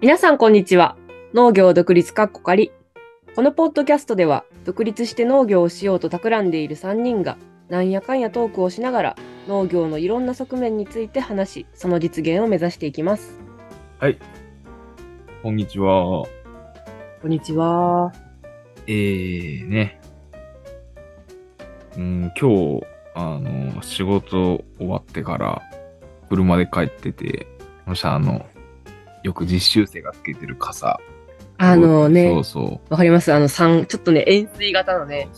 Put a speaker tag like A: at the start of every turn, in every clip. A: 皆さんこんにちは。農業独立かっこかり。このポッドキャストでは、独立して農業をしようと企んでいる3人が、なんやかんやトークをしながら、農業のいろんな側面について話し、その実現を目指していきます。
B: はい。こんにちは。
A: こんにちは。
B: えーね。うん、今日、あの、仕事終わってから、車で帰ってて、そしたらあの、よく実習生がつけてる傘。
A: あの
B: そ
A: ね
B: う、そ
A: わかりますあの三ちょっとね、円錐型の
B: う。
A: ね、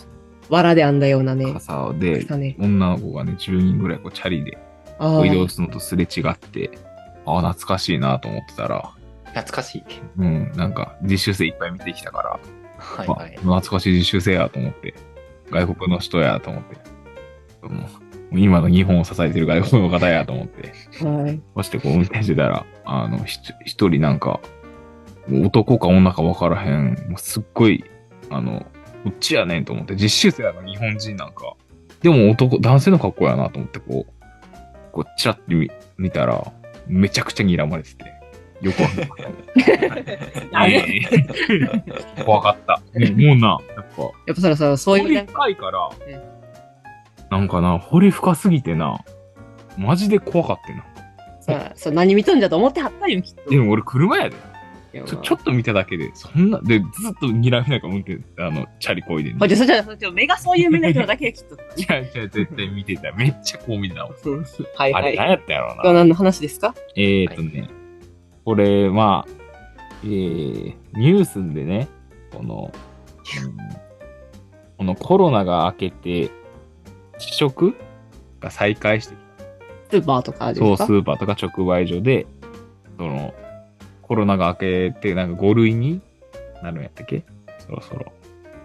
A: 藁で編んだようなね、
B: 傘で、
A: 草ね。
B: 女の子がね、10人ぐらいこうチャリで
A: あ
B: こ
A: あ
B: う移動するのとすれ違って、ああ、懐かしいなと思ってたら、
C: 懐かしい。
B: うん、なんか実習生いっぱい見てきたから、
C: はい
B: ま
C: はい。
B: あ懐かしい実習生やと思って、外国の人やと思って、もう今の日本を支えてる外国の方やと思って、
A: はい。
B: そしてこう運転してたら、あの、ひ一人なんか、もう男か女か分からへん、もうすっごい、あの、こっちやねんと思って、実習生やから日本人なんか、でも男、男性の格好やなと思って、こう、こう、ちらって見見たら、めちゃくちゃ睨まれてて、よくわかんない。ええ 怖かった。ねもうな、やっぱ、
A: やっぱそろそろそう
B: 掘
A: いう
B: り
A: なんか、
B: 深いから、なんかな、掘り深すぎてな、マジで怖かったな。
A: さそう何見とんじゃと思ってはったんよ、きっと。
B: でも俺車やで。
A: いや
B: ちょちょっと見ただけで、そんな、で、ずっと睨みながら運転、あの、チャリこいで、
A: まあ、
B: ね。
A: じゃあそっちはそっちは目がそういう目だけどだけきっと。
B: ちゃうちゃう、絶対見てた。めっちゃこう見てたもん。
A: はい
B: あ
A: は
B: れ、何
A: い。
B: やったやろう
A: 今日
B: な。
A: 何の話ですか
B: えー、っとね、これ、まあ、えー、ニュースでね、この、うんこのコロナが明けて、試食が再開して
A: スーパーとかです
B: そう、
A: か
B: スーパーとか直売所で、その、コロナが明けて、なんか5類になるんやったっけそろそろ。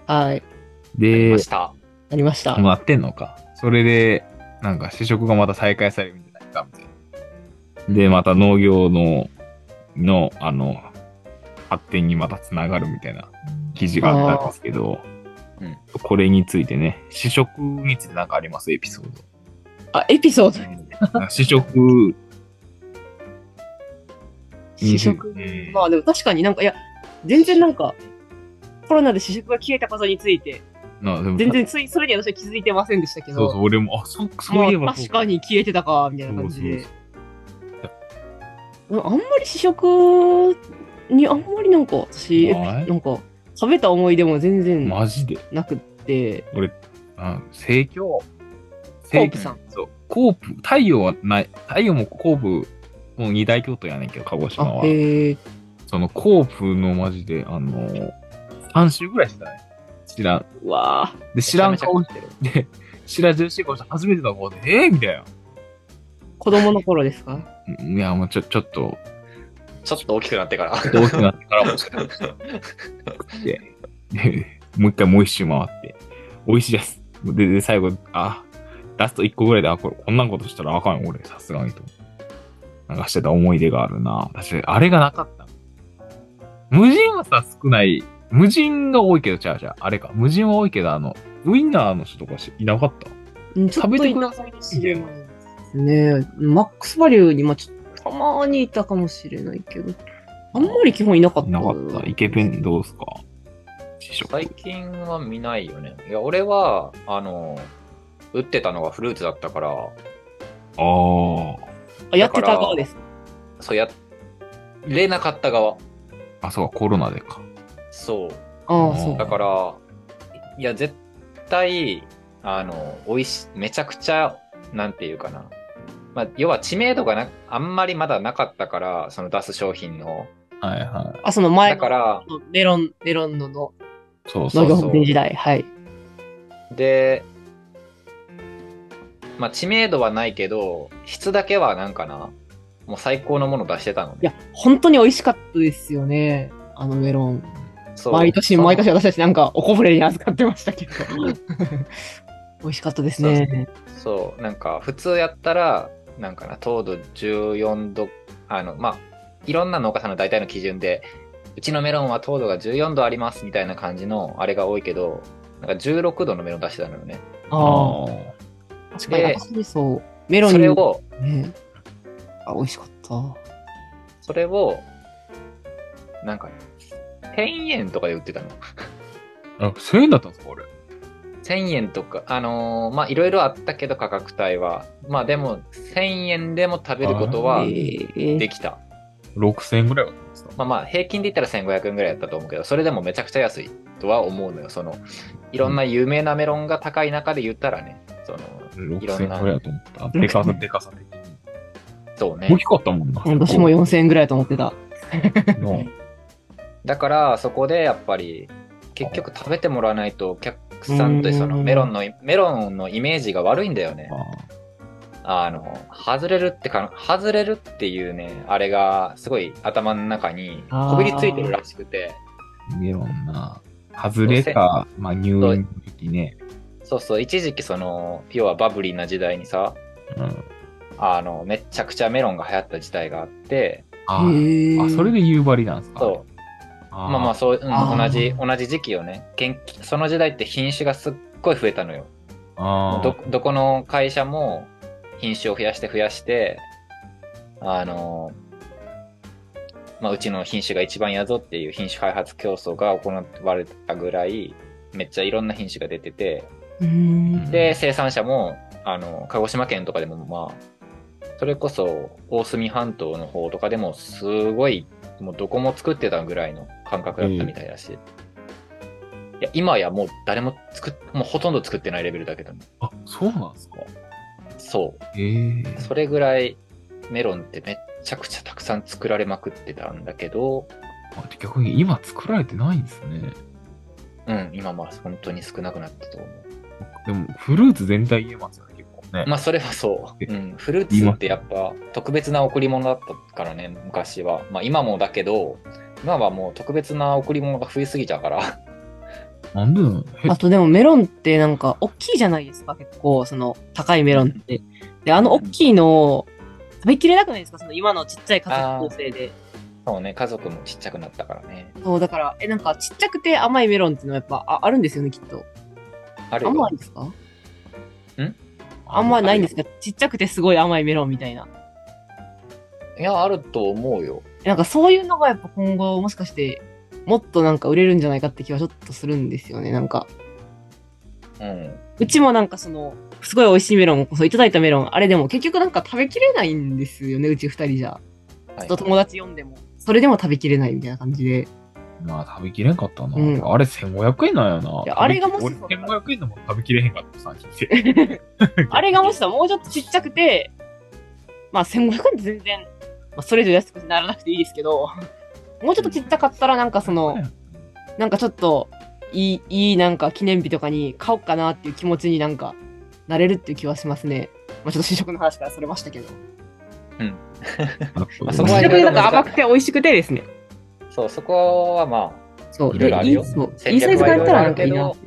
A: はい。
C: あり
B: で
C: ま、した。
A: ありました。
B: なってんのか。それで、なんか試食がまた再開されるんじゃないか、みたいな。で、また農業の、の、あの、発展にまたつながるみたいな記事があったんですけど、
C: あーうん
B: これについてね、試食についてなんかありますエピソード。
A: あ、エピソード。
B: なんか試食、
A: 試食。
B: うん
A: まあでも確かになんか、いや、全然なんか、コロナで試食が消えたことについて、
B: なでも
A: 全然ついそれには私は気づいてませんでしたけ
B: そう
A: ど、
B: そう、俺も、あ、そそういえ
A: ま
B: ば
A: あ
B: そう
A: 確かに消えてたか、みたいな感じで
B: そう。
A: うんあんまり試食に、あんまりなんか私、
B: ない
A: なんか、食べた思い出も全然
B: マジで。
A: なくって、
B: あ、生協。
A: コープさん
B: 生協そう。コープ、太陽はない、太陽もコープ、もう二大京都やねんけど、鹿児島
A: あ
B: は、。
A: へえ、
B: そのコープのマジで、あのー、3週ぐらいしてたね。知らん。
A: うわあ
B: で、知らん
C: めちゃめ
B: 顔
C: ちゃ食ってる。
B: して、知らずして顔して初めての顔で、えー、みたいな。
A: 子供の頃ですか
B: うんいや、もうちょ、ちょっと、
C: ちょっと大きくなってから。
B: ちょっと大きくなってからもしかして、でもう一回もう一周回って、美味しいです。で、で最後、あ、ラスト一個ぐらいで、あ、これ、こんなことしたらあかんよ、俺、さすがにと。流してた思い出があるな。私、あれがなかった。無人はさ、少ない。無人が多いけど、ちゃうちゃう。あれか。無人は多いけど、あの、ウインナーの人とかしいなかった。
A: うんちょっと
B: 食べてく
A: ださいですね。マックスバリューにまあちょっとたまにいたかもしれないけど、あんまり基本いなかった。
B: いなかった。イケペンどうすか試食。
C: 最近は見ないよね。いや、俺は、あの、売ってたのがフルーツだったから、
B: ああ。
A: あやってた側です。
C: そうや、れなかった側。
B: あ、そうか、コロナでか。
C: そ。
A: ああ、そうう
C: だ。から、いや、絶対、あの、美味しい、めちゃくちゃ、なんていうかな。まあ、要は知名度がな、あんまりまだなかったから、その出す商品の。
B: はいは
A: あ、その前
C: だ
A: の
C: から、
A: メロン、メロンのの
B: い。そうそ
A: 農
B: う
A: 業
B: そう
A: ホームページ時代。はい。
C: で、まあ、知名度はないけど、質だけはなんかな、もう最高のもの出してたの
A: い
C: ね。
A: や、本当に美味しかったですよね。あのメロン。
C: そう
A: 毎年、
C: その
A: 毎年私たちなんかおこぶれに預かってましたけど。 美味しかったですね。
C: そう、なんか、普通やったら、なんかな、糖度14度、あの、まあ、いろんな農家さんの大体の基準で、うちのメロンは糖度が14度ありますみたいな感じのあれが多いけど、なんか16度のメロン出してたのよね。
A: ああ、
B: あ
A: 確かに
C: で
A: 私そう。メロン
C: そ
A: に
C: れを、
A: ね。あ、美味しかった。
C: それを、なんか、1000円とかで売ってたの。
B: あ、1000円だったんですかあれ。
C: 1000円とか、あのーまあ、いろいろあったけど価格帯は。まあでも、1000円でも食べることは
A: え
C: できた。
B: 6000円ぐらいだったんですか
C: まあまあ、平均で言ったら1500円ぐらいだったと思うけど、それでもめちゃくちゃ安いとは思うのよ。その、いろんな有名なメロンが高い中で言ったらね、その、いろん
B: ?6000 円
C: な
B: ぐらいだと思った。でかさ、でかさ的に。
C: そうね
B: 大。きかったもんな。
A: 私も4000円ぐらいと思ってた。
B: な
C: だから、そこでやっぱり、結局食べてもらわないと、お客さんとそのメロンの、メロンのイメージが悪いんだよね。
B: あ
C: あの、外れるってか、外れるっていうね、あれがすごい頭の中にこびりついてるらしくて、
B: メロンな。外れか、まあ、入院の時ね。
C: そうそう、一時期その、要はバブリーな時代にさ、
B: うん。
C: あの、めっちゃくちゃメロンが流行った時代があって、
B: ああ、それで夕張なんですか
C: そう、
B: あ
C: まあま
B: ー
C: あそう、うん
A: あー
C: 同じ、同じ時期よね。研究その時代って品種がすっごい増えたのよ。
B: あ
C: ど、どこの会社も品種を増やして増やして、あの、まあ、うちの品種が一番やぞっていう品種開発競争が行われたぐらい、めっちゃいろんな品種が出てて、
A: うーん。
C: で、生産者も、あの、鹿児島県とかでも、まあ、それこそ、大隅半島の方とかでも、すごい、もうどこも作ってたぐらいの感覚だったみたいだし、いや、今やもう誰も作っ、もうほとんど作ってないレベルだけどね、
B: あ。あ、そうなんですか
C: そう。
B: ええ。
C: それぐらいメロンってめっちゃくちゃたくさん作られまくってたんだけど、
B: あ逆に今作られてないんですね。
C: うん、今まあ本当に少なくなったと思う。
B: でも、フルーツ全体言えますよね、結構ね。
C: まあそれはそう。
B: え
C: うん、フルーツってやっぱ特別な贈り物だったからね、昔は。まあ今もだけど、今はもう特別な贈り物が増えすぎちゃうから。
B: なんでなの
A: あとでもメロンってなんか大きいじゃないですか、結構、その高いメロンって。で、あの大きいのを食べきれなくないですか、その今のちっちゃい家族構成で。
C: そうね、家族もちっちゃくなったからね。
A: そう、だから、え、なんかちっちゃくて甘いメロンっていうのはやっぱああるんですよね、きっと。
C: あるよ
A: 甘いですか
B: あ
A: あんまないんですかちっちゃくてすごい甘いメロンみたいな。
C: いや、あると思うよ。
A: なんかそういうのがやっぱ今後もしかしてもっとなんか売れるんじゃないかって気はちょっとするんですよね。なんか、
C: うん。
A: うちもなんかその、すごい美味しいメロン、そういただいたメロン、あれでも結局なんか食べきれないんですよね、うち二人じゃ。
C: はい
A: と友達読んでも、それでも食べきれないみたいな感じ で。
B: まあ、食べきれんかったな。
A: うん
B: あれ、1500円なんやな。
A: いやあれがもし
B: 俺1500円でも食べきれへんかった、さっき言って
A: あれがもしさ、もうちょっとちっちゃくて、まあ1500円って全然、まあ、それ以上安くならなくていいですけど、もうちょっとちっちゃかったらなんかその、なんかちょっと、いい、いいなんか記念日とかに買おうかなっていう気持ちになんか、なれるっていう気はしますね。まあちょっと試食の話からそれましたけど。
B: あ
C: そ
B: そ
C: こ
B: こ
C: は
A: 試食
C: いろ
A: で
C: い
A: な
C: ろ
A: んか甘くて美味しくてですね。
C: そう、そこはまあ、
A: そう。
B: いろいろあるよ
A: いいそうい
C: 戦
A: い
C: 略
A: サイズがあったらなんかいい
C: はい
A: な
C: ろいろある。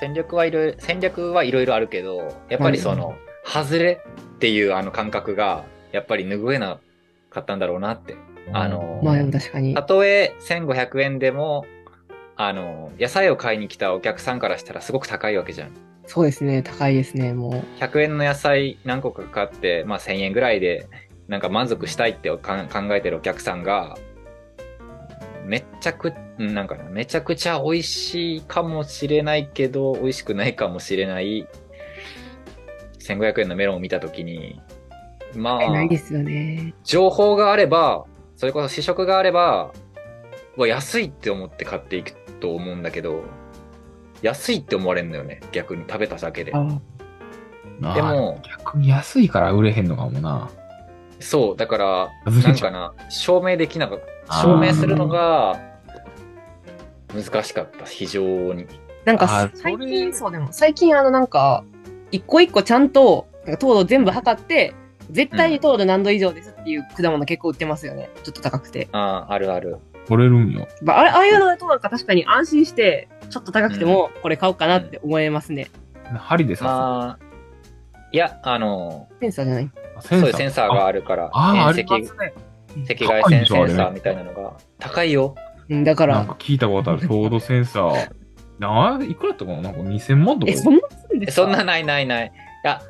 C: 戦略はいろいろ、戦略はいろいろあるけど、やっぱりその、外れっていうあの感覚が、やっぱり拭えなかったんだろうなって。あの
A: まあでも確かに
C: た。とえ1500円でも、あの、野菜を買いに来たお客さんからしたらすごく高いわけじゃん。
A: そうですね。高いですね、も
C: 100円の野菜何個か買って、まあ1000円ぐらいで、なんか満足したいっておかん考えてるお客さんが、めっちゃく、うんなんかな、めちゃくちゃ美味しいかもしれないけど、美味しくないかもしれない、1500円のメロンを見たときに、ま
A: う。ないで
C: あ、
A: すよね。
C: 情報があれば、それこそ試食があれば、うわ、安いって思って買っていくと思うんだけど、安いって思われるんだよね、逆に食べただけで。
A: あ
B: まあ
C: でも
B: 逆に安いから売れへんのかもな。
C: そう、だから、
B: 外
C: な
B: れ
C: ん
B: ちゃ
C: か
B: う
C: な、証明できなかっ
B: あ
C: た。
B: ー
C: 証明するのが難しかった、非常に。
A: なん
B: あ
A: か
B: ー
A: 最
B: それ
A: 近、そうでも、最近あのなんか、一個一個ちゃんと、なんか糖度全部測って、絶対に糖度何度以上ですっていう果物結構売ってますよね。ちょっと高くて。
C: ああ、あるある。
B: 取れるんよ。
A: まあ、あれああいうのだとなんか確かに安心して、ちょっと高くてもこれ買おうかなって思えますね。
B: 針でさ、
C: まあ、いや、あの、
A: センサーじゃない。
B: セ
C: そういう
B: ー
C: センサーがあるから、
B: ああ、あ
C: 遠
B: り
C: 赤
B: ますね。
C: 赤外線センサーみたいなのが高いよ。
A: うん、だか
B: な
A: ら、
B: んか聞いたことある、糖度センサー。なあ、いくらだったかななんか2000万とか
A: え、。そんなするんですか
C: そんなないないない。いや、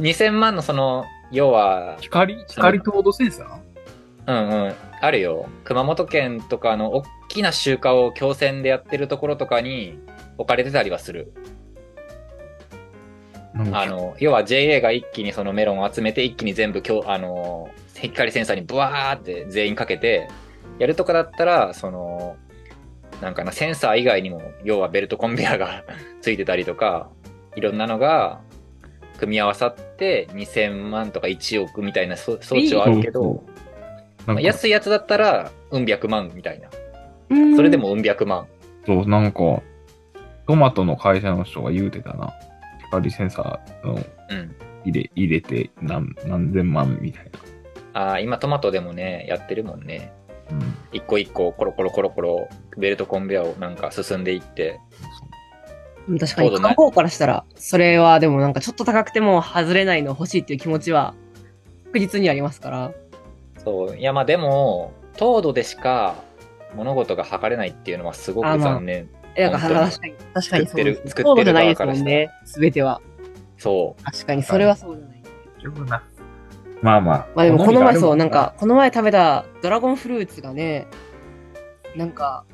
C: 2000万のその、要は、
B: 光、光糖度センサー
C: うんうん。あるよ。熊本県とかの大きな集荷を強制でやってるところとかに置かれてたりはする。
B: なんか
C: あの、要は JA が一気にそのメロンを集めて、一気に全部今日、あの、光センサーにブワーって全員かけて、やるとかだったら、その、なんかな、センサー以外にも、要はベルトコンベヤーが ついてたりとか、いろんなのが組み合わさって2000万とか1億みたいなそ装置はあるけど、
B: なん
C: まあ
B: か
C: 安いやつだったら、うん百万みたいな。
A: うん
C: それでもうん百万。
B: そう、なんか、トマトの会社の人が言うてたな。光センサーの
C: うん。
B: 入れ入れて何何千万みたいな。
C: ああ、今トマトでもね、やってるもんね。
B: うん
C: 一個一個コロコロコロコロベルトコンベヤーをなんか進んでいって
A: うん確かに
C: そうだ
A: 買う
C: ね
A: 方からしたらそれはでもなんかちょっと高くても外れないの欲しいっていう気持ちは確実にありますから
C: そういやまあでも糖度でしか物事が測れないっていうのはすご
A: あ
C: く
A: まあ
C: 残念
A: えなんか
C: 本当に
A: 確かに確かにそうです
C: 作ってる作ってる
A: そうじゃないですも
C: 側
A: ん
C: から
A: ね全ては
C: そう
A: 確かにそれはそうじゃない
B: まあまあ。
A: まあでもこの前そう、なん
B: 好
A: かこの前食べたドラゴンフルーツがね、なんか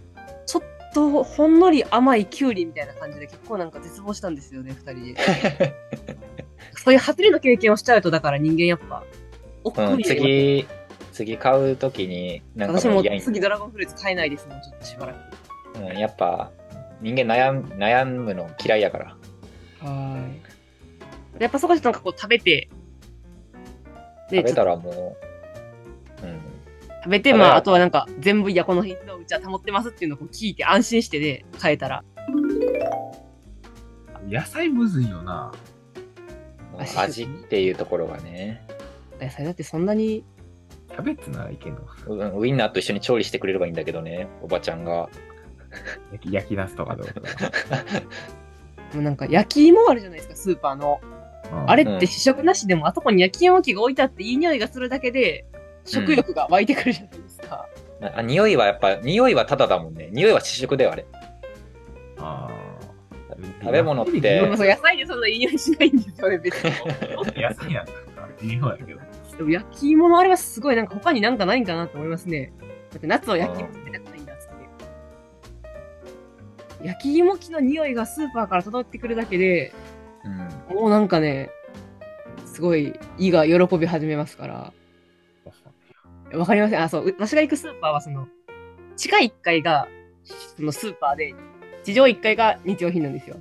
A: ちょっとほんのり甘いキュウリみたいな感じで結構なんか絶望したんですよね、二人で。 そういう外れの経験をしちゃうと、だから人間やっぱ、奥
C: うん、
A: に入れます
C: 次次買う時になん
A: 私
C: かも
A: も
C: う嫌い、
A: 次ドラゴンフルーツ買えないですもん、ちょっとしばらく。
C: うん、やっぱ人間悩む悩むの嫌いやから
A: はい。やっぱそこでなんかこう食べて、で
C: 食べ
A: ちょ
C: た
A: っと
C: らもう、うん、
A: 食べて、
C: 食べ
A: ま
C: よう
A: あ、あとはなんか全部、いや、この品のうちは保ってますっていうのをこう聞いて安心してね、買えたら。
B: み野菜むずいよな。
C: まあ味っていうところがね、
A: 野菜だってそんなに
B: キャベツならいけんのか。
C: うん、ウインナーと一緒に調理してくれればいいんだけどねおばちゃんが
B: 焼き焼きナスとかどうか。
A: もうなんか焼き芋あるじゃないですか、スーパーの。
B: う ん
A: あれ
C: う
A: っ
C: ん
A: て試食なしでも、あそこに焼き芋機が置いてあっていい匂いがするだけで、食欲が湧いてくるじゃないですか。
C: あ匂いはやっぱ匂いはただだもんね匂いは試食だよあれ
B: あー
C: 食べ物って
B: 野
A: で
B: 菜
A: もそう野菜でそんないい匂いしないんですよね、別に。
B: 野菜やから微妙やけど。
A: でも焼き芋のあれはすごい、なんか他になんかないんかなと思いますね。だって夏は焼き芋食べたくないんだっつって。焼き芋機の匂いがスーパーから届いてくるだけで、
C: うん
A: もうなんかね、すごい胃が喜び始めますから。わかりません。あ、そう。う私が行くスーパーは、その、地下1階が、そのスーパーで、地上1階が日用品なんですよ。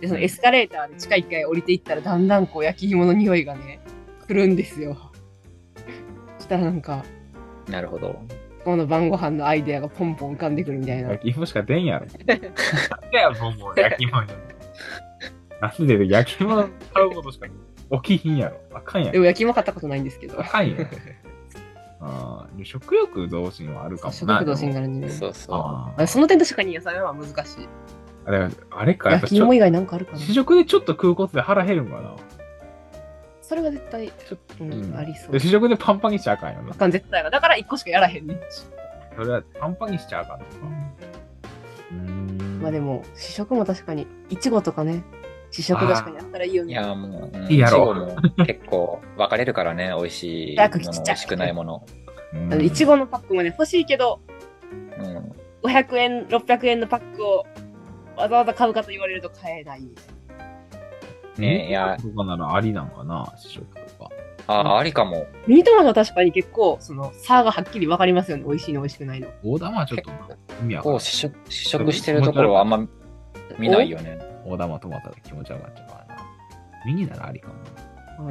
A: で、そのエスカレーターで地下1階降りていったら、だんだんこう、焼き芋の匂いがね、来るんですよ。そしたらなんか、
C: なるほど
A: この晩ご飯のアイデアがポンポン浮かんでくるみたいな。
B: 焼き芋しか出 んやろ。いや、もうもう焼き芋に。なんで焼き芋買うことしか起きひんやろ。あかんや
A: で
B: ろ。
A: も焼き芋買ったことないんですけど
B: あ。かんやろ。あー食欲増進はあるかもな。
A: 食欲同心からね。
C: そうそ
B: あ
A: あ
B: ー
A: その点確かに野菜は難しい。
B: あれあれか、やっぱ
A: 焼き
B: ちょ
A: 芋以外なんかあるかな
B: 試食でちょっと食うことで腹減るんかな。
A: それは絶対、
B: ちょっ
A: う
B: と
A: ん、ありそう
B: で。試食でパンパンにしちゃあかんよな
A: あ。かん、絶対あかんだから1個しかやらへんねん。
B: それはパンパンにしちゃあかんのか。うーん。
A: まあで
B: も。
A: も試食も確かにいちごとかね試食確かにあったらいいよ
C: うい
A: ね
C: やもう、うん
B: いいやろ
C: いちごも結構分かれるからね美味しい
A: 早く
C: も
A: 来
C: の
A: ちゃう
C: 美味しくないもの、
A: あのいち
B: ご。
A: ごのパックもね欲しいけど
C: うん、
A: 500円600円のパックをわざわざ買うかと言われると買えないみたいな
C: ね
B: ね
C: いや
B: とかならありなんかな、試食とか。
C: ああありかも
A: ミニトマトは確かに結構その差がはっきり分かりますよね美味しいの美味しくないの
B: 大玉はちょっとな意味わか
C: こ
B: ら
C: うん試食試食してるところはあんま見ないよね
B: 大玉トマトで気持ち悪かっちゃうからな。ミニならありかもな。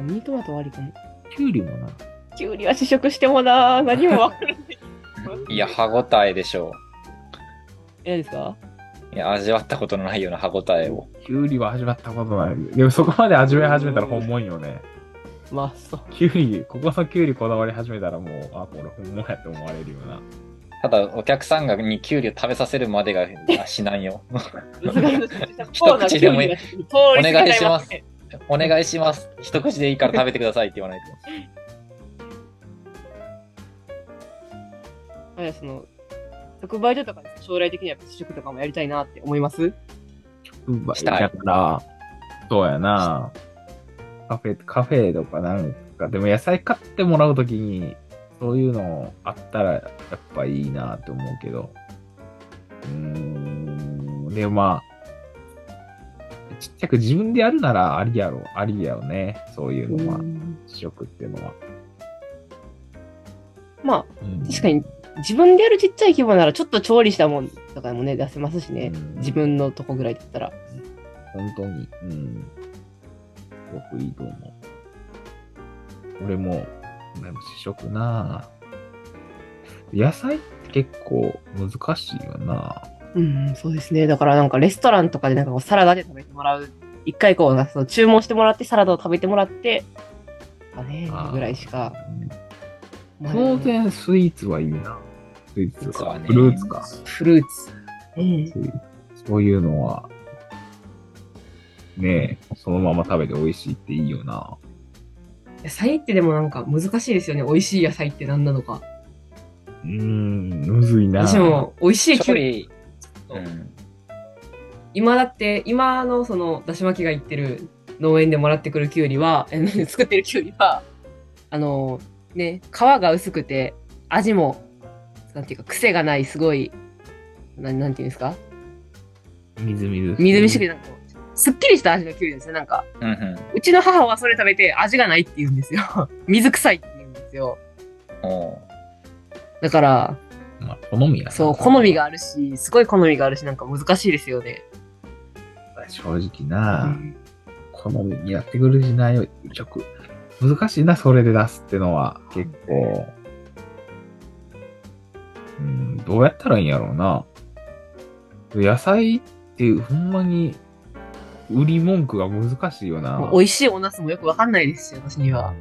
A: おあミニトマトはありかも
B: キュウリもな。
A: きゅうりは試食してもな何も分からない
C: いや歯ごたえでしょ
A: えですか
C: ういや味わったことのないような歯ごたえを
B: キュウリは始まったことない。でもそこまで味わい始めたら本物よね。
A: まあそう
B: キュウリ、ここのキュウリこだわり始めたらもう、あ、これ本物やと思われるような。
C: ただお客さんがにキュウリを食べさせるまでがあしないよ
A: 一
C: 口でもいい
A: お
C: お願いしますお願いします一口でいいから食べてくださいって言わないと
A: あれその特売所とかで将来的には試食とかもやりたいなって思います
B: うまい
C: したい
B: だから、そうやな。カフェ、カフェとかなんか、でも野菜買ってもらうときに、そういうのあったらやっぱいいなと思うけど。うーん。で、まあ、ちっちゃく自分でやるならありやろ、ありやよね。そういうのは、試食っていうのは。
A: ま
B: うん
A: あ、確かに自分でやるちっちゃい規模なら、ちょっと調理したもんとかもね、出せますしね。
B: うん
A: 自分のとこぐらいだったら。
B: 本当に、うん。すごくいいと思う。俺も、でも試食なぁ野菜って結構難しいよな
A: うん、そうですね。だからなんかレストランとかでなんかこうサラダで食べてもらう。一回こうなんかその注文してもらってサラダを食べてもらって、あね
B: あー、
A: ぐらいしか。まあ
B: 当然スイーツはいいなスイーツ
C: 実は
B: か、
C: ね
B: フルーツか。
A: フルーツ。ええ
B: スイーツそういうのは、ねえ、そのまま食べて美味しいっていいよな
A: 野菜ってでもなんか難しいですよね。美味しい野菜って何なのか。
B: うーん、むずいな
A: 私も美味しいキュ
C: 調
A: ウリ。
C: 理、うん、
A: 今だって、今のそのだし巻きが言ってる農園でもらってくるキュウリは、え 作ってるキュウリは、あのね、皮が薄くて、味も、なんていうか癖がない、すごい、なんなんていうんですか
B: みずみずしい
A: みずみしくて、なんかこう、すっきりした味のキュウリなんですよ。なんか、
C: うんうん
A: うちの母はそれ食べて味がないって言うんですよ。 水臭いって言うんですよ。
C: おう
A: だから、
B: まあ、好みやな
A: そう、好みがあるし、すごい好みがあるし、なんか難しいですよね。
B: 正直な、好みにやってくるしないよ、食。難しいな、それで出すってのは、結構。うん、どうやったらいいんやろうな。野菜って、ほんまに、売り文句が難しいよな
A: も。う美味しいお茄子もよくわかんないですし、私には。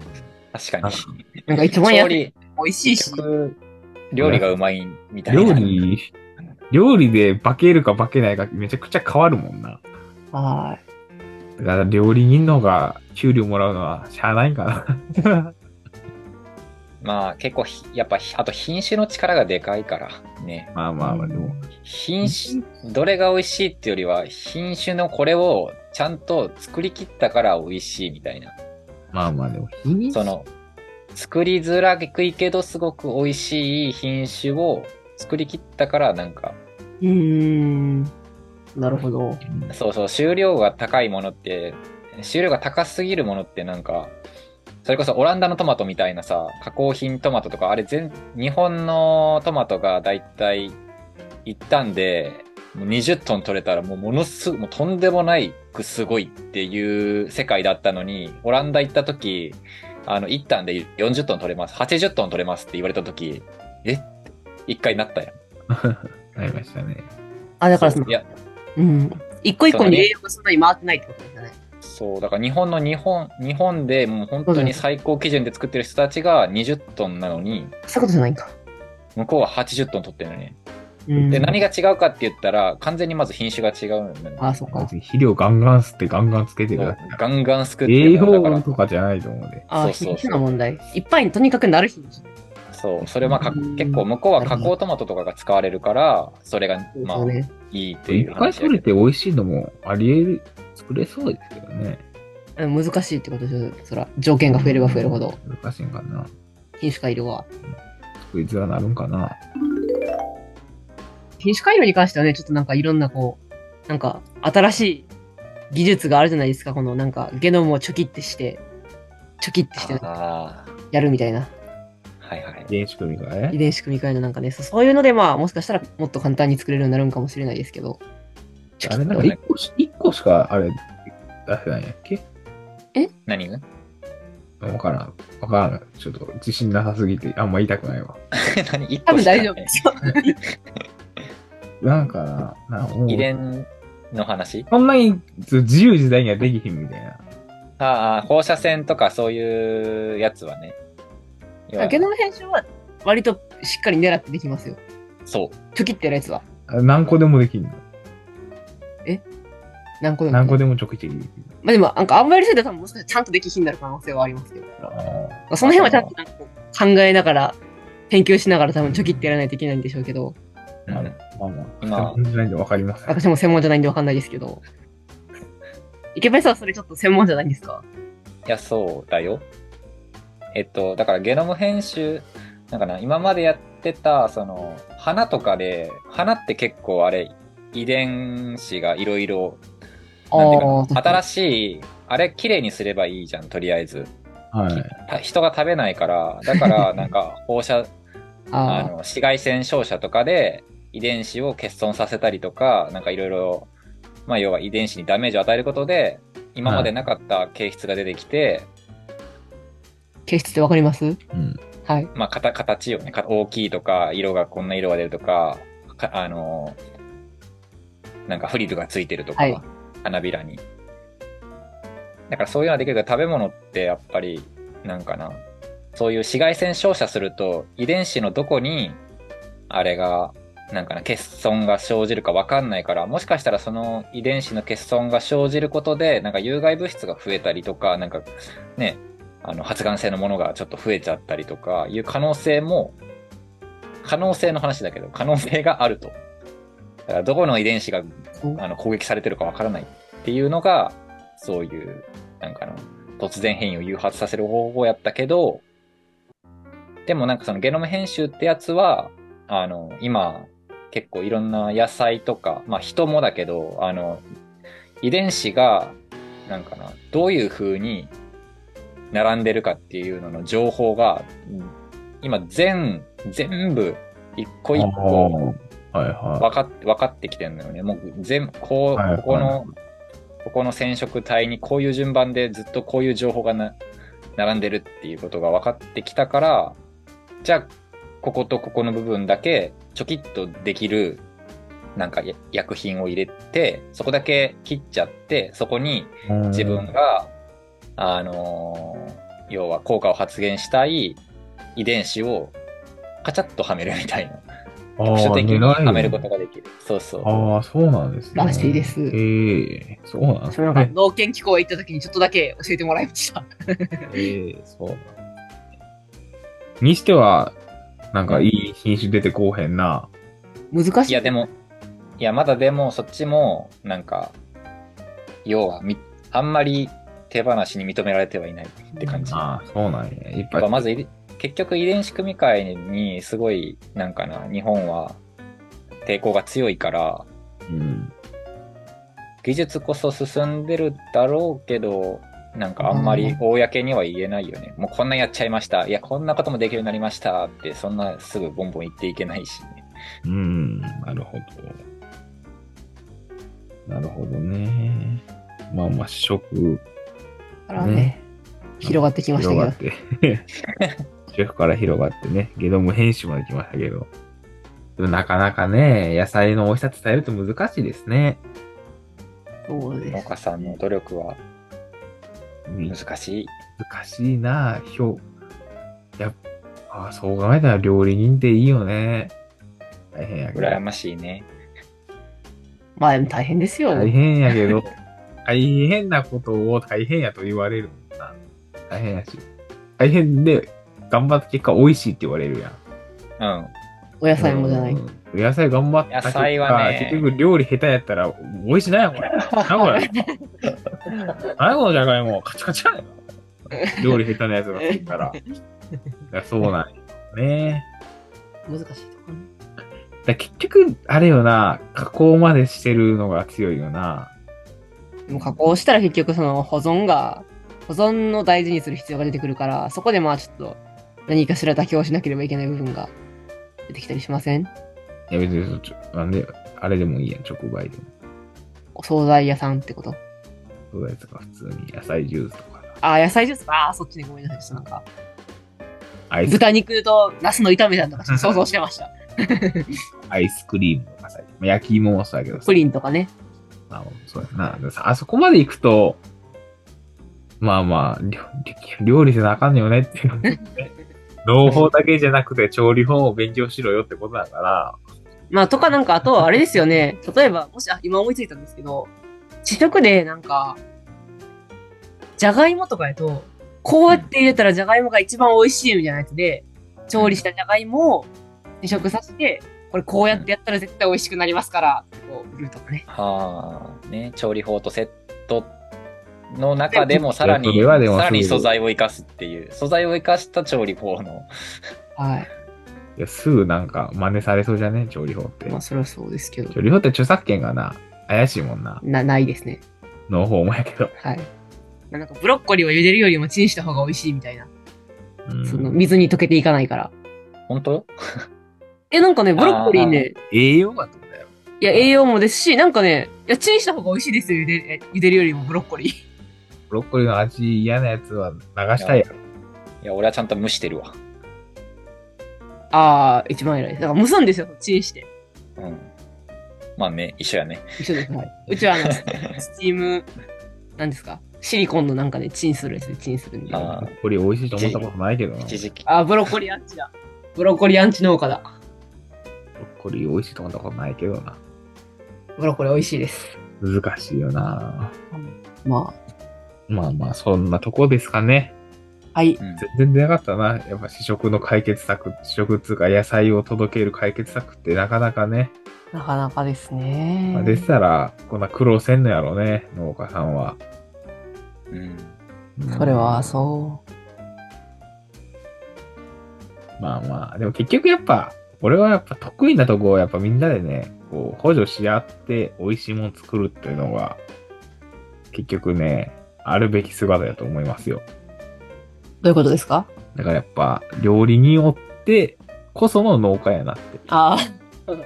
C: 確か
B: なん
C: に
B: か。
A: なんか一番安
C: 調
A: い
C: 理、
A: 美味しいし
C: 結。局料理がうまいみたいな。
B: 料理、料理で化けるか化けないかめちゃくちゃ変わるもんな。
A: は
B: だから料理人の方が給料もらうのはしゃあないんかな。
C: まあ結構ひ、やっぱ、あと品種の力がでかいからね。
B: まあまあまあ、でも、
C: 品種、どれが美味しいってよりは、品種のこれをちゃんと作り切ったから美味しいみたいな。
B: まあまあでも、日に
C: その、作りづらいけどすごく美味しい品種を作り切ったからなんか、
A: い。うーん。なるほど。
B: うん
C: そうそう、収量が高いものって、収量が高すぎるものってなんか、それこそオランダのトマトみたいなさ、加工品トマトとか、あれ全、日本のトマトがだいたい一旦で、もう20トン取れたらもうものすごもうとんでもないくすごいっていう世界だったのに、オランダ行った時、あの、一旦で40トン取れます、80トン取れますって言われた時、えって一回なったやん。
B: なりましたね。
A: あ、だからその
C: い、や、
A: うん。一個一個
C: そう
A: に
C: ね
A: 栄養がそんなに回ってないってことですよね。
C: そう、だから日本の日本、日本でもう本当に最高基準で作ってる人たちが20トンなのに、
A: そういうことじゃないんか。
C: 向こうは80トン取ってるのね。
A: うん
C: で、何が違うかって言ったら、完全にまず品種が違うのよ。
A: あ、そっか。
B: 肥料ガンガン吸ってガンガンつけてください。
C: ガンガンすくって
B: 栄
C: るのだか
B: 養
C: ら
B: とかじゃないと思うで。
A: あ、
C: そうそうそう
A: 品種の問題。いっぱいにとにかくなる品種。
C: そう、それはまあか
A: うん
C: 結構向こうは加工トマトとかが使われるから、それが
A: そうで
C: ますあ
A: よね。
C: いいって
B: い
C: いう
B: っぱい
C: 話だ
B: 取れ
C: けど。
B: て美味しいのもあり得る、作れそうですけどね。
A: うん難しいってことですよ。そら、条件が増えれば増えるほど、。
B: 難しいんかな。
A: 品種改良は。
B: 作りづらなるんかな。
A: 品種改良に関してはね、ちょっとなんかいろんなこう、なんか新しい技術があるじゃないですか、このなんかゲノムをチョキってして、チョキってして
C: あ
A: やるみたいな、
C: あ、はいはい。
B: 原子組みが
A: 遺
B: ね。
A: 伝子組み換えのなんかね、そうそういうのでまあ、もしかしたらもっと簡単に作れるようになるんかもしれないですけど。チョキ
B: あ
A: っ
B: れ
A: て
B: なんか一個し一個しかあれ出せないんやっけ
C: 何 が
B: わからん。わからん。ちょっと自信なさすぎてあんま言いたくないわ。
C: 何一
A: 多
C: 個
A: 分
C: しか
A: 大丈夫ですよ。
B: なんかな、なんかもう
C: 遺伝の話
B: そんなに自由自在にはできひんみたいな。
C: ああ、放射線とかそういうやつはね。要は
A: ゲノム編集は割としっかり狙ってできますよ。
C: そう。
A: チョキってやるやつは。
B: あ何個でもできんの
A: 何個でも。
B: 何個でもちょきちょきできる。
A: まあでも、なんかあんまりすると多分もしかしたらちゃんとできひんなる可能性はありますけど。
B: あー
A: まあその辺はちゃんとなんかこう考えながら、研究しながら多分チョキってやらないといけないんでしょうけど、
C: う
B: まあ
C: ん
B: まあまあ、
C: 今は
B: 専門じゃないんでわかりません。
A: 私も専門じゃないんでわかんないですけど。池部さんはそれちょっと専門じゃないんですか
C: いや、そうだよ。えっと、だからゲノム編集なんかな、今までやってた、その、花とかで、花って結構あれ、遺伝子がいろいろ、なんていうかな、新しい、あれ、綺麗にすればいいじゃん、とりあえず。
B: はい。
C: た人が食べないから、だ から、なんか、放射、あ
A: あ
C: の紫外線照射とかで遺伝子を欠損させたりとか、なんかいろいろ、まあ要は遺伝子にダメージを与えることで、今までなかった形質が出てきて、
A: あ、形質ってわかります
B: うん。
A: はい。
C: まあ形形をね、か大きいとか、色がこんな色が出るとか、かあの、なんかフリルがついてるとか、
A: はい
C: 花びらに。だからそういうのはできるけど、食べ物ってやっぱり、なんかな、そういう紫外線照射すると、遺伝子のどこに、あれが、なんかな、欠損が生じるかわかんないから、もしかしたらその遺伝子の欠損が生じることで、なんか有害物質が増えたりとか、なんかね、あの発がん性のものがちょっと増えちゃったりとかいう可能性も、可能性の話だけど、可能性があると。だからどこの遺伝子が
A: そう
C: あの攻撃されてるかわからないっていうのが、そういう、なんかの、突然変異を誘発させる方法やったけど、でもなんかそのゲノム編集ってやつは、あの、今、結構いろんな野菜とか、まあ人もだけど、あの、遺伝子が、なんかな、どういう風に並んでるかっていうのの情報が、今全、全部、一個一個、
B: あーはいは
C: 分かっ分かってきてるのよね。もう全こう、
B: はい
C: ここの、ここの染色体にこういう順番でずっとこういう情報がな並んでるっていうことが分かってきたから、じゃあ、こことここの部分だけちょきっとできる、なんかや薬品を入れて、そこだけ切っちゃって、そこに
B: い。うん
C: 自分。が、あのー要は効果を発現したい遺伝子をカチャッとはめるみたいな。
B: あ
C: 特殊
B: ー
C: 的に
B: 狙い
C: はめることができる。そうそう。
B: ああ、そうなんですね。
A: らしいです
B: ええそうなんです
A: それなんか農研機構へ行った時にちょっとだけ教えてもらいました。
B: ええそうなんですねにしては、なんかいい品種出てこうへんな。
A: 難しい。
C: いや、でも、いや、まだでも、そっちも、なんか、要はみ、あんまり手放しに認められてはいないって感じ。や
B: ああ、そうなんや。いっぱ
C: っ
B: い
C: ぱ。まず、い結局遺伝子組み換えに、すごい、なんかな、日本は抵抗が強いから、
B: うん。
C: 技術こそ進んでるだろうけど、なんかあんまり公には言えないよね。もうこんなんやっちゃいました。いや、こんなこともできるようになりましたって、そんなすぐボンボン言っていけないしね。
B: うん、なるほど。なるほどね。まあまあ、試食
A: からね
B: ね、
A: 広がってきました
B: 広
A: け
B: が
A: ど
B: っ。 て、シェフから広がってね、ゲノム編集まで来ましたけど。でもなかなかね、野菜の美味しさ伝えると難しいですね。
A: そうで
C: 農
A: す。
C: 家さんの努力は
B: うん
C: 難しい。
B: 難しいなぁ、表。やっぱ、あそう考えたら料理人っていいよね。大変やけど。
C: 羨ましいね。
A: まあでも大変ですよ。
B: 大変やけど、大変なことを大変やと言われるもんな。大変やし。大変で、頑張った結果美味しいって言われるやん。
C: うん。
A: お野菜もじゃな
B: う
A: い。
B: んお野菜頑張った
C: 野菜はね
B: 結局料理下手やったら、美味しないやん、これ。なんこれ。何このじゃがいも、カチカチやねん料理下手なやつが好きから。いやそうなんやね。
A: 難しいところね。
B: だから結局、あれよな、加工までしてるのが強いよな。
A: でも加工したら結局その保存が、保存の大事にする必要が出てくるから、そこでまあちょっと何かしら妥協しなければいけない部分が出てきたりしません
B: いや別にそっち、なんで、あれでもいいやん、直売でも。
A: お惣菜屋さんってこと。
B: そうだやつか、普通に野菜ジュースとか、
A: ああ、野菜ジュースああ、そっちにごめんなさい。ちょっとなんか、
B: アイス
A: 豚肉と茄子の炒めたんとかちょっと想像してました。
B: アイスクリームとかさ、まあ焼き芋もそうやけどさ
A: プ、リンとかね。
B: まあ、そうやな。でさあそこまで行くと、まあまあ、料料理せなあかんのよねっていうの ね。農法だけじゃなくて調理法を勉強しろよってことだから、
A: まあ、とかなんか、あとはあれですよね。例えば、もし、あ、今思いついたんですけど、試食でなんか、じゃがいもとかやと、こうやって入れたらじゃがいもが一番美味しいみたいなやつで、調理したじゃがいもを試食させて、これこうやってやったら絶対美味しくなりますから、こう、売るとかね。
C: はあ。ね、調理法とセットの中でもさら
B: いや
C: に、
B: それはでも
C: さらに
B: そう
C: 素材を生かすっていう、素材を生かした調理法の、
A: はい。
B: いや、すぐなんか真似されそうじゃね調理法って。
A: まあそりゃそうですけど
B: 調理法って著作権がな、怪しいもんな。
A: なないですね
B: の方もやけど。
A: はいなんかブロッコリーを茹でるよりもチンした方が美味しいみたいな、
B: うん
A: その水に溶けていかないから
C: 本当
A: えなんかねブロッコリーね
B: 栄養がどうだよ。
A: いや栄養もですしなんかねいやチンした方が美味しいですよ茹でえ茹でるよりもブロッコリー
B: ブロッコリーの味嫌なやつは流したいやろ。
C: いや、俺はちゃんと蒸してるわ。
A: ああ一番偉いですだから蒸すんですよチンして
C: うん。まあね、一緒やね。
A: 一緒です、はい、うちはあのスチームなんですかシリコンのなんかねチンするやつでチンするんで
B: ブ
C: あ
A: あ
B: ロッコリー美味しいと思ったことないけどな。ブ
C: 一時期。
A: あーブロッコリーアンチだブロッコリーアンチ農家だ
B: ロッコリー美味しいと思ったことないけどな。
A: ブロッコリー美味しいです
B: 難しいよな。
A: ま
B: まあまあ、そんなとこですかね。
A: あはい
C: うん
B: 全然なかったな。やっぱ試食の解決策、試食っつうか野菜を届ける解決策ってなかなかね。
A: なかなかですね
B: まあ、でしたら、こんな苦労せんのやろうね、農家さんは。
C: うん。
B: うん
A: それはそ
B: まあまあ、でも結局やっぱ、俺はやっぱ得意なとこをやっぱみんなでね、こう補助し合って美味しいもの作るっていうのが、結局ね、あるべき姿だと思いますよ。
A: うどういうことですか
B: だからやっぱ、料理によってこその農家や なって。
A: ああ
B: 結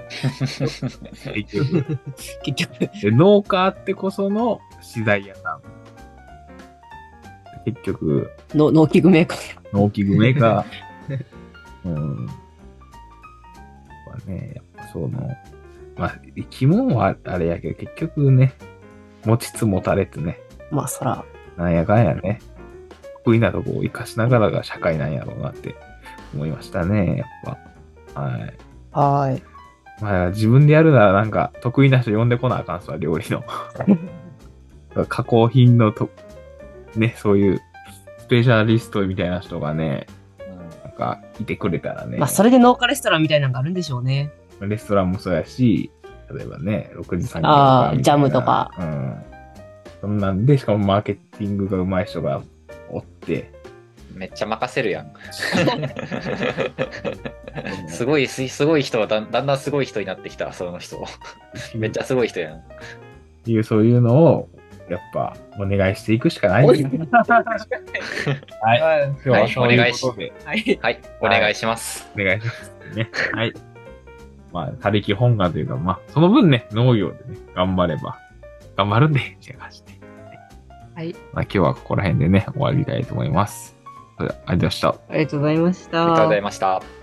B: 局
A: 結局
B: で農家あってこその資材屋さん。結局、
A: の農機具メーカー
B: 農機具メーカー。うん。まあね、やっぱその、まあ、生き物はあれやけど、結局ね、持ちつ持たれつね、
A: まあそら
B: なんやかんやね、得意なとこを生かしながらが社会なんやろうなって思いましたね、やっぱ。はい。
A: はーい
B: まあ、自分でやるならなんか、得意な人呼んでこなあかんすわ、料理 の。加工品のと、ね、そういう、スペシャリストみたいな人がね、なんか、いてくれたらね。
A: まあそれで農家レストランみたいなのがあるんでしょうね
B: レストランもそうやし、例えばね、6時3時と
A: あ
B: か
A: あ
B: みたいな。
A: ジャムとか。
B: うん。そんなんで、しかもマーケティングが上手い人が おって、
C: めっちゃ任せる やん。すごい、すすごい人はだん、だんだんすごい人になってきた、その人。めっちゃすごい人やん。
B: って いう、そういうのを、やっぱ、お願いしていくしかな いですね。はい。
A: は
B: 今日
C: は
B: はいそういうことで、
A: い
C: はい、お願いします。
B: お願いしますね。はい。まあ、他力本願というか、まあ、その分ね、農業でね、頑張れば、頑張るんで、みたいな感じで。
A: はい。
B: まあ、今日はここら辺でね、終わりたいと思います。それではありがとうございまし
A: あ
B: た。
A: りがとうございました
C: ありがとうございました。